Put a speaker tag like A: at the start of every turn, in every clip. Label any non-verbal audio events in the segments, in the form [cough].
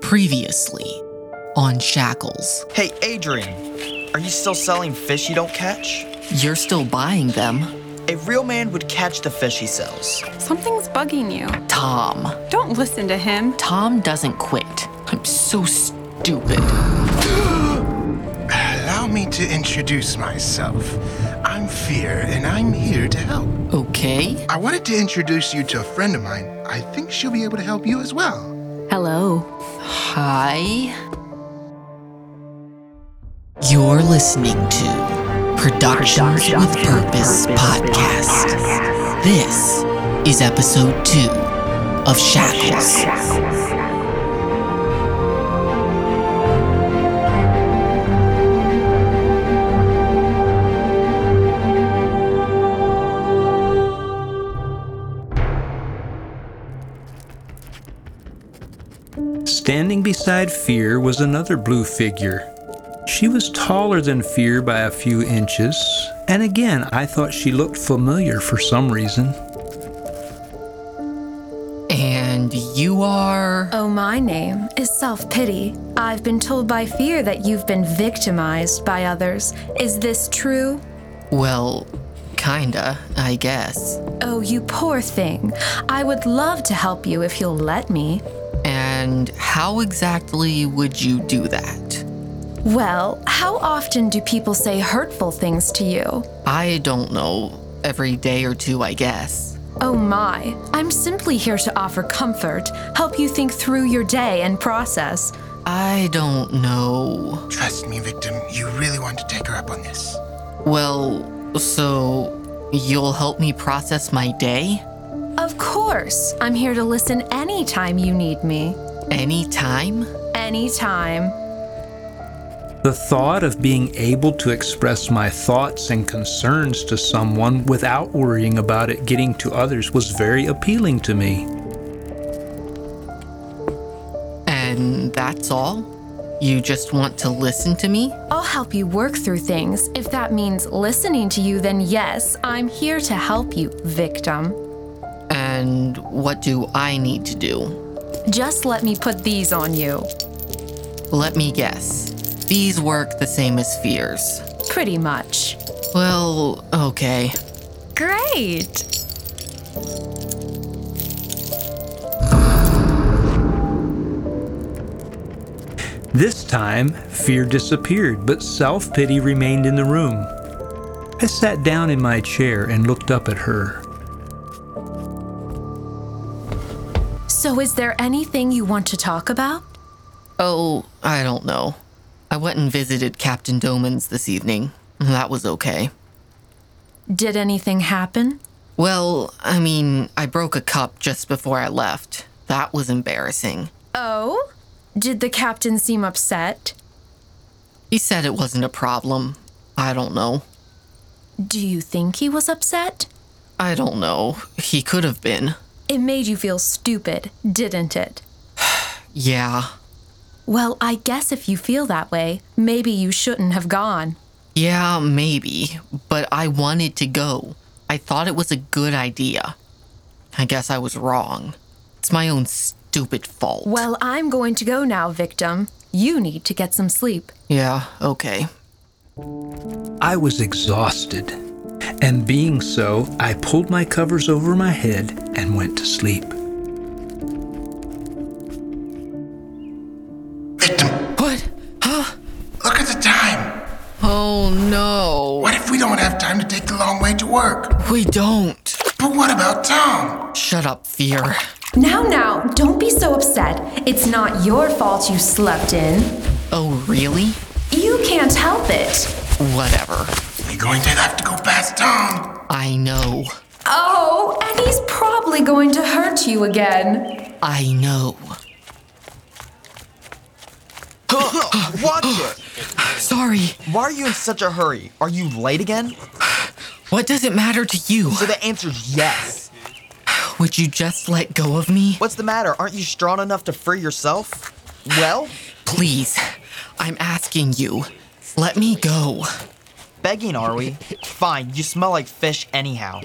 A: Previously on Shackles.
B: Hey, Adrian, are you still selling fish you don't catch?
A: You're still buying them.
B: A real man would catch the fish he sells.
C: Something's bugging you.
A: Tom.
C: Don't listen to him.
A: Tom doesn't quit. I'm so stupid.
D: Allow me to introduce myself. I'm Fear, and I'm here to help.
A: Okay.
D: I wanted to introduce you to a friend of mine. I think she'll be able to help you as well.
E: Hello.
A: Hi. You're listening to Productions, with Purpose, podcast. This is episode two of Shackles.
F: Standing beside Fear was another blue figure. She was taller than Fear by a few inches, and again I thought she looked familiar for some reason.
A: And you are.
G: Oh, my name is self pity. I've been told by fear that you've been victimized by others. Is this true?
A: Well, kinda, I guess.
G: Oh, you poor thing. I would love to help you if you'll let me.
A: And how exactly would you do that?
G: Well, how often do people say hurtful things to you?
A: I don't know. Every day or two, I guess.
G: Oh, my. I'm simply here to offer comfort, help you think through your day and process.
A: I don't know.
D: Trust me, victim, you really want to take her up on this.
A: Well, so you'll help me process my day?
G: Of course, I'm here to listen anytime you need me.
A: Anytime?
G: Anytime.
F: The thought of being able to express my thoughts and concerns to someone without worrying about it getting to others was very appealing to me.
A: And that's all? You just want to listen to me?
G: I'll help you work through things. If that means listening to you, then yes, I'm here to help you, victim.
A: And what do I need to do?
G: Just let me put these on you.
A: Let me guess. These work the same as fears.
G: Pretty much.
A: Well, okay.
G: Great!
F: This time, fear disappeared, but self pity remained in the room. I sat down in my chair and looked up at her.
G: So, is there anything you want to talk about?
A: Oh, I don't know. I went and visited Captain Doman's this evening. That was okay.
G: Did anything happen?
A: Well, I mean, I broke a cup just before I left. That was embarrassing.
G: Oh? Did the captain seem upset?
A: He said it wasn't a problem. I don't know.
G: Do you think he was upset?
A: I don't know. He could have been.
G: It made you feel stupid, didn't it?
A: Yeah.
G: Well, I guess if you feel that way, maybe you shouldn't have gone.
A: Yeah, maybe. But I wanted to go. I thought it was a good idea. I guess I was wrong. It's my own stupid fault.
G: Well, I'm going to go now, victim. You need to get some sleep.
A: Yeah, okay.
F: I was exhausted, and being so, I pulled my covers over my head and went to sleep.
D: Victim,
A: What? Huh?
D: look at the time.
A: Oh no.
D: What if we don't have time to take the long way to work?
A: We don't.
D: But what about Tom?
A: Shut up, fear.
G: Now, now, don't be so upset. It's not your fault you slept in.
A: Oh, really?
G: You can't help it.
A: Whatever.
D: We're going to have to go past Tom.
A: I know.
G: Oh, and he's probably going to hurt you again.
A: I know.
B: Watch it!
A: Sorry.
B: Why are you in such a hurry? Are you late again?
A: What does it matter to you?
B: So the answer's yes.
A: Would you just let go of me?
B: What's the matter? Aren't you strong enough to free yourself? Well,
A: Please. I'm asking you. Let me go.
B: begging, are we? Fine, you smell like fish anyhow.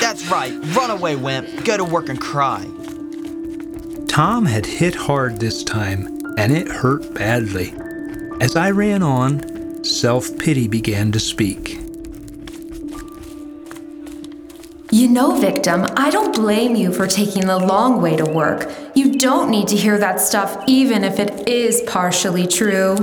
B: That's right, run away, wimp. Go to work and cry.
F: Tom had hit hard this time, and it hurt badly. As I ran on, self pity began to speak.
G: You know, victim, I don't blame you for taking the long way to work. You don't need to hear that stuff, even if it is partially true.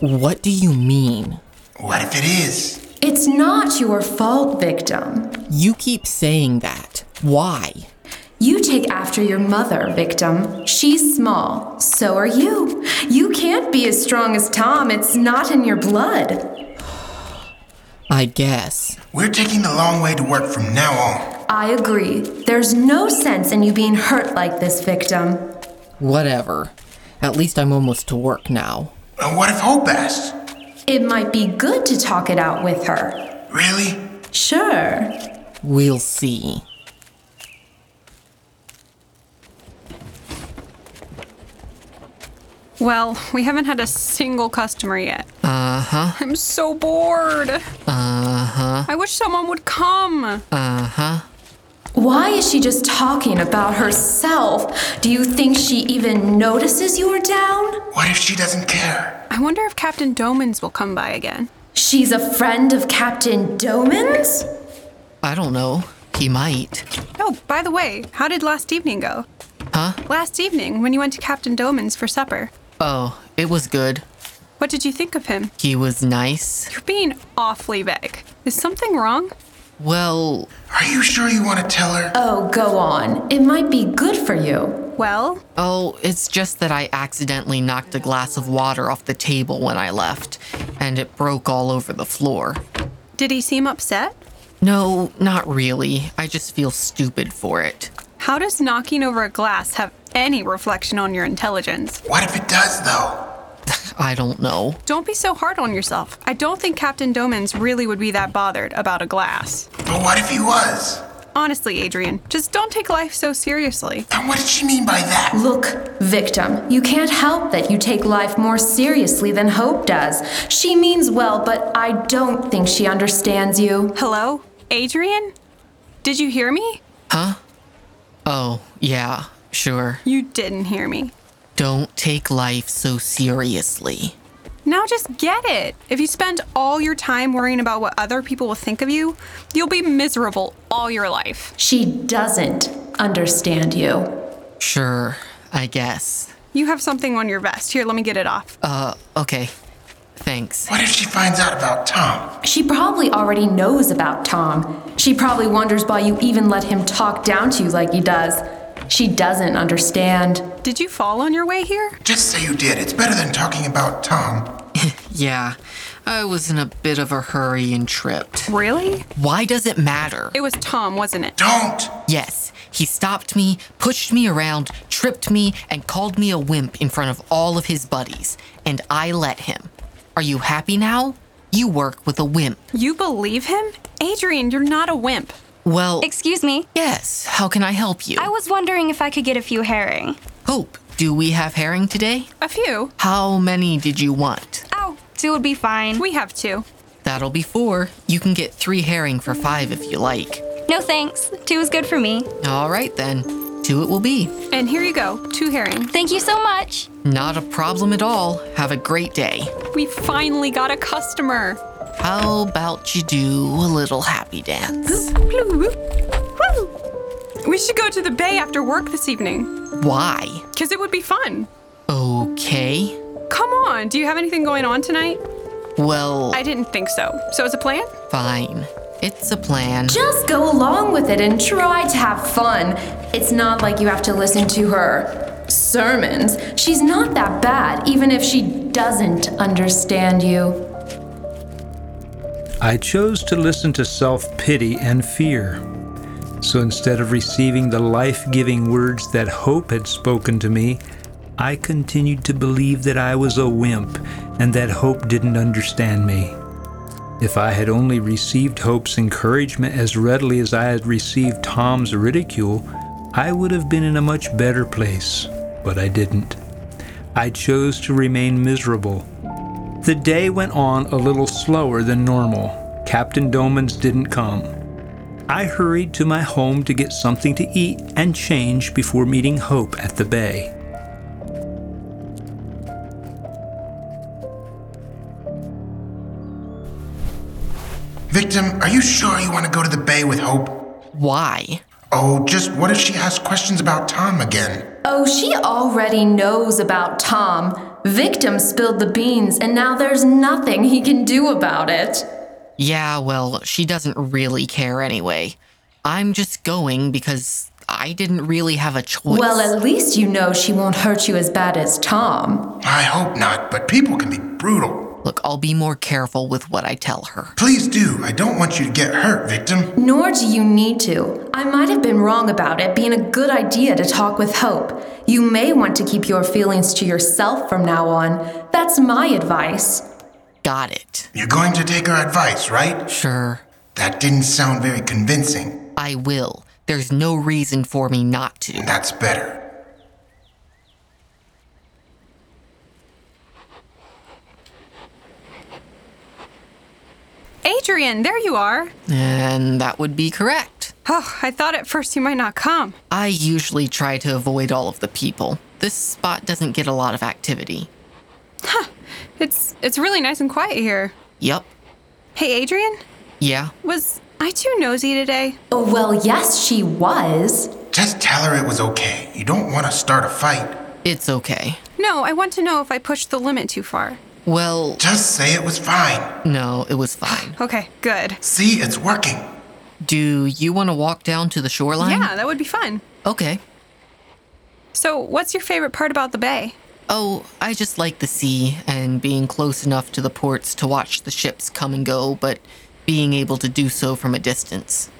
A: What do you mean?
D: What if it is?
G: It's not your fault, victim.
A: You keep saying that. Why?
G: You take after your mother, victim. She's small, so are you. You can't be as strong as Tom, it's not in your blood.
A: I guess.
D: We're taking the long way to work from now on.
G: I agree. There's no sense in you being hurt like this, victim.
A: Whatever. At least I'm almost to work now.
D: And what if Hope asks?
G: It might be good to talk it out with her.
D: Really?
G: Sure.
A: We'll see.
C: Well, we haven't had a single customer yet. Uh huh. I'm so bored. Uh
A: Uh-huh.
C: huh. I wish someone would come.
G: Why is she just talking about herself? Do you think she even notices you are down?
D: What if she doesn't care?
C: I wonder if Captain Domans will come by again.
G: She's a friend of Captain Doman's?
A: I don't know. He might.
C: Oh, by the way, how did last evening go?
A: Huh?
C: Last evening, when you went to Captain Domans for supper,
A: Oh, it was good.
C: what did you think of him?
A: He was nice.
C: You're being awfully vague. Is something wrong?
A: Well,
D: Are you sure you want to tell her?
G: Oh, go on. It might be good for you.
C: Well,
A: oh, it's just that I accidentally knocked a glass of water off the table when I left, and it broke all over the floor.
C: did he seem upset?
A: No, not really. I just feel stupid for it.
C: How does knocking over a glass have any reflection on your intelligence?
D: What if it does, though?
A: I don't know.
C: Don't be so hard on yourself. I don't think Captain Domans really would be that bothered about a glass.
D: But what if he was?
C: Honestly, Adrian, just don't take life so seriously.
D: And what did she mean by that?
G: Look, victim, you can't help that you take life more seriously than Hope does. She means well, but I don't think she understands you.
C: Hello? Adrian? Did you hear me?
A: Oh, yeah, sure.
C: You didn't hear me.
A: Don't take life so seriously.
C: Now just get it. If you spend all your time worrying about what other people will think of you, you'll be miserable all your life.
G: She doesn't understand you.
A: Sure, I guess.
C: You have something on your vest. Here, let me get it off.
A: Uh, okay. Thanks.
D: What if she finds out about Tom?
G: She probably already knows about Tom. She probably wonders why you even let him talk down to you like he does. She doesn't understand.
C: Did you fall on your way here?
D: Just say you did. It's better than talking about Tom.
A: Yeah, I was in a bit of a hurry and tripped.
C: Really?
A: Why does it matter?
C: It was Tom, wasn't it?
D: Don't!
A: Yes, he stopped me, pushed me around, tripped me, and called me a wimp in front of all of his buddies. And I let him. Are you happy now? You work with a wimp.
C: You believe him? Adrian, you're not a wimp.
A: Well,
E: Excuse me.
A: yes, how can I help you?
E: I was wondering if I could get a few herring.
A: Hope, do we have herring today?
C: A few.
A: How many did you want?
E: Ow, Oh, two would be fine.
C: We have two.
A: That'll be four. You can get three herring for five if you like.
E: no thanks. Two is good for me.
A: All right then, two it will be.
C: And here you go, two herring.
E: Thank you so much.
A: Not a problem at all. Have a great day.
C: We finally got a customer.
A: How about you do a little happy dance?
C: We should go to the bay after work this evening,
A: Why?
C: because it would be fun.
A: Okay.
C: Come on, do you have anything going on tonight?
A: Well,
C: I didn't think so. So, it's a plan?
A: fine. It's a plan.
G: Just go along with it and try to have fun. It's not like you have to listen to her sermons. She's not that bad, even if she doesn't understand you.
F: I chose to listen to self pity and fear. So instead of receiving the life giving words that hope had spoken to me, I continued to believe that I was a wimp and that hope didn't understand me. If I had only received hope's encouragement as readily as I had received Tom's ridicule, I would have been in a much better place, but I didn't. I chose to remain miserable. The day went on a little slower than normal. Captain Domans didn't come. I hurried to my home to get something to eat and change before meeting Hope at the bay.
D: Victim, are you sure you want to go to the bay with Hope?
A: Why?
D: Oh, just what if she asks questions about Tom again?
G: Oh, she already knows about Tom. Victim spilled the beans, and now there's nothing he can do about it.
A: Yeah, well, she doesn't really care anyway. I'm just going because I didn't really have a choice.
G: Well, at least you know she won't hurt you as bad as Tom.
D: I hope not, but people can be brutal.
A: Look, I'll be more careful with what I tell her.
D: Please do. I don't want you to get hurt, Victim.
G: Nor do you need to. I might have been wrong about it being a good idea to talk with Hope. You may want to keep your feelings to yourself from now on. That's my advice.
A: Got it.
D: You're going to take our advice, right?
A: Sure,
D: That didn't sound very convincing.
A: I will. There's no reason for me not to.
D: That's better.
C: Adrian, there you are.
A: And that would be correct.
C: Oh, I thought at first you might not come.
A: I usually try to avoid all of the people. This spot doesn't get a lot of activity.
C: It's it's really nice and quiet here.
A: Yup.
C: Hey, Adrian,
A: Yeah.
C: was I too nosy today?
G: Oh, well, yes, she was.
D: Just tell her it was okay. You don't want to start a fight.
A: It's okay.
C: No, I want to know if I pushed the limit too far.
A: Well,
D: Just say it was fine.
A: no, it was fine.
C: Okay, good.
D: See, it's working.
A: Do you want to walk down to the shoreline?
C: Yeah, that would be fun.
A: Okay.
C: So, what's your favorite part about the bay?
A: Oh, I just like the sea and being close enough to the ports to watch the ships come and go, but being able to do so from a distance.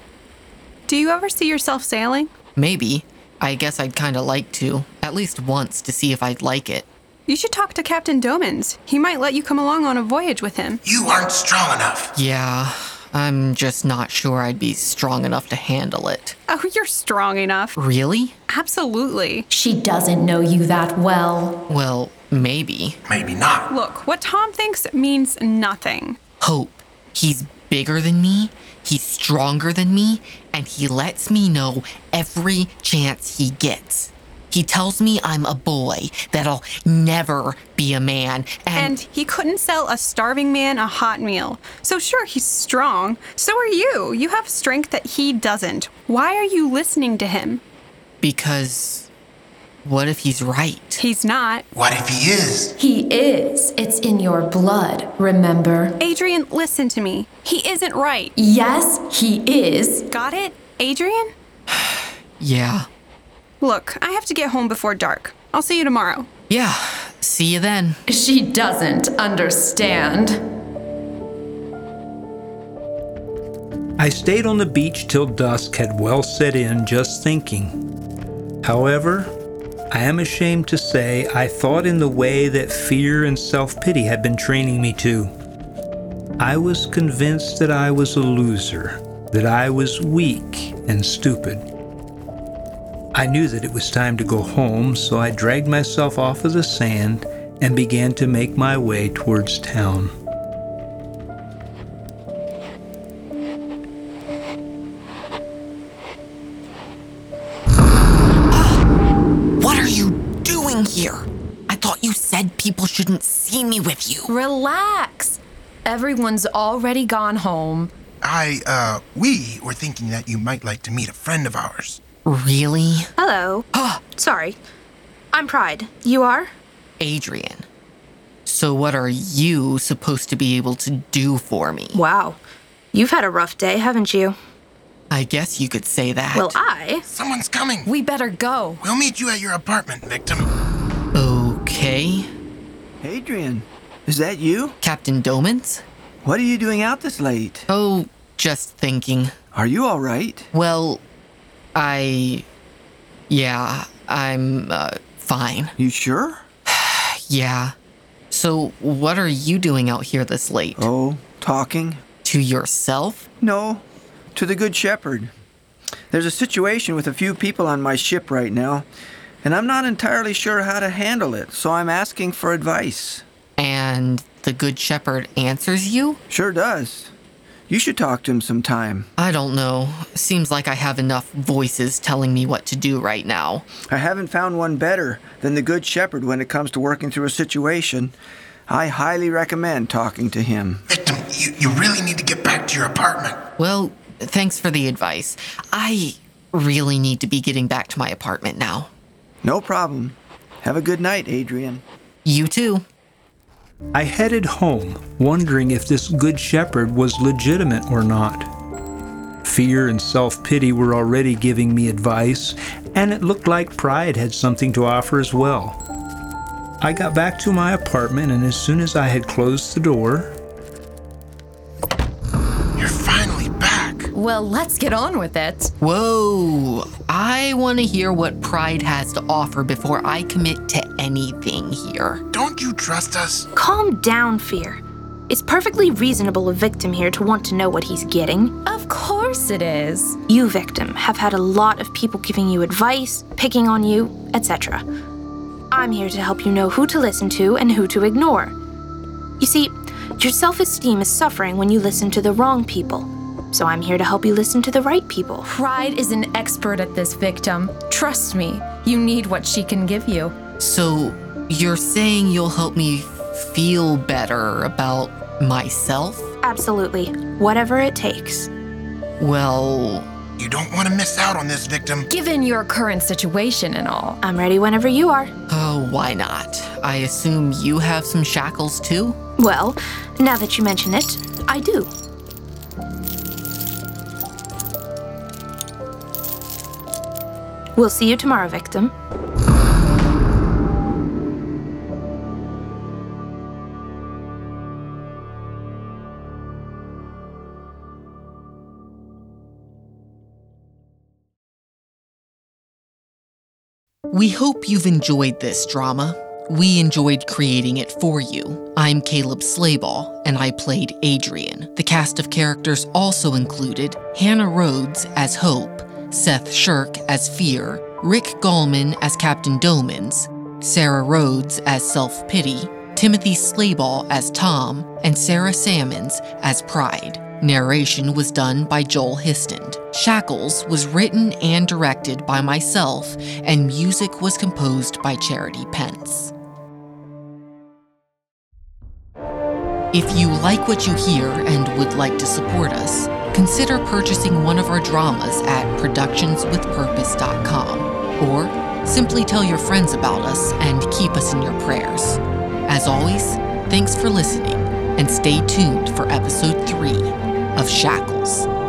C: Do you ever see yourself sailing?
A: Maybe. I guess I'd kind of like to, at least once, to see if I'd like it.
C: You should talk to Captain Domans. He might let you come along on a voyage with him.
D: You aren't strong enough.
A: Yeah, I'm just not sure I'd be strong enough to handle it.
C: Oh, [laughs] you're strong enough.
A: Really?
C: Absolutely.
G: She doesn't know you that well.
A: Well, maybe.
D: Maybe not.
C: Look, what Tom thinks means nothing.
A: Hope. He's bigger than me, he's stronger than me, and he lets me know every chance he gets. He tells me I'm a boy, that I'll never be a man, and,
C: And he couldn't sell a starving man a hot meal. So, sure, he's strong. So are you. You have strength that he doesn't. Why are you listening to him?
A: because what if he's right?
C: He's not.
D: What if he is?
G: He is. It's in your blood, remember?
C: Adrian, listen to me. He isn't right.
G: Yes, he is.
C: Got it, Adrian?
A: Yeah.
C: Look, I have to get home before dark. I'll see you tomorrow.
A: Yeah. See you then.
G: She doesn't understand.
F: I stayed on the beach till dusk had well set in, just thinking. However, I am ashamed to say I thought in the way that fear and self pity had been training me to. I was convinced that I was a loser, that I was weak and stupid. I knew that it was time to go home, so I dragged myself off of the sand and began to make my way towards town.
A: What are you doing here? I thought you said people shouldn't see me with you.
G: Relax. Everyone's already gone home.
D: I, uh, we were thinking that you might like to meet a friend of ours.
A: Really?
H: Hello. Sorry. I'm Pride. You are?
A: Adrian. So, what are you supposed to be able to do for me?
H: Wow. You've had a rough day, haven't you?
A: I guess you could say that.
H: Well, I.
D: Someone's coming.
G: We better go.
D: We'll meet you at your apartment, Victim.
A: okay.
I: Adrian, is that you?
A: Captain Domans?
I: What are you doing out this late?
A: Oh, just thinking.
I: Are you all right?
A: Well, I. Yeah, I'm uh, fine.
I: You sure?
A: Yeah. So, what are you doing out here this late?
I: Oh, talking?
A: To yourself?
I: No, to the Good Shepherd. There's a situation with a few people on my ship right now, and I'm not entirely sure how to handle it, so I'm asking for advice.
A: And the Good Shepherd answers you?
I: Sure does. You should talk to him sometime.
A: I don't know. Seems like I have enough voices telling me what to do right now.
I: I haven't found one better than the Good Shepherd when it comes to working through a situation. I highly recommend talking to him.
D: Victim, you, you really need to get back to your apartment.
A: Well, thanks for the advice. I really need to be getting back to my apartment now.
I: No problem. Have a good night, Adrian.
A: You too.
F: I headed home, wondering if this Good Shepherd was legitimate or not. Fear and self pity were already giving me advice, and it looked like pride had something to offer as well. I got back to my apartment, and as soon as I had closed the door,
D: You're finally back.
G: Well, let's get on with it.
A: Whoa! I want to hear what Pride has to offer before I commit to anything here.
D: Don't you trust us?
H: Calm down, Fear. It's perfectly reasonable a victim here to want to know what he's getting.
G: Of course it is.
H: You, victim, have had a lot of people giving you advice, picking on you, etc. I'm here to help you know who to listen to and who to ignore. You see, your self esteem is suffering when you listen to the wrong people. So I'm here to help you listen to the right people.
G: Pride is an expert at this victim. Trust me, you need what she can give you.
A: So, you're saying you'll help me feel better about myself?
H: Absolutely. Whatever it takes.
A: Well,
D: You don't want to miss out on this, victim.
G: Given your current situation and all,
H: I'm ready whenever you are.
A: oh, why not? I assume you have some shackles too?
H: Well, now that you mention it, I do. We'll see you tomorrow, victim.
A: We hope you've enjoyed this drama. We enjoyed creating it for you. I'm Caleb Slayball, and I played Adrian. The cast of characters also included Hannah Rhodes as Hope, Seth Shirk as Fear, Rick Gallman as Captain Domans, Sarah Rhodes as Self Pity, Timothy Slayball as Tom, and Sarah Salmons as Pride. Narration was done by Joel Histand. Shackles was written and directed by myself, and music was composed by Charity Pence. If you like what you hear and would like to support us, consider purchasing one of our dramas at productionswithpurpose.com or simply tell your friends about us and keep us in your prayers. As always, thanks for listening and stay tuned for episode 3 of Shackles.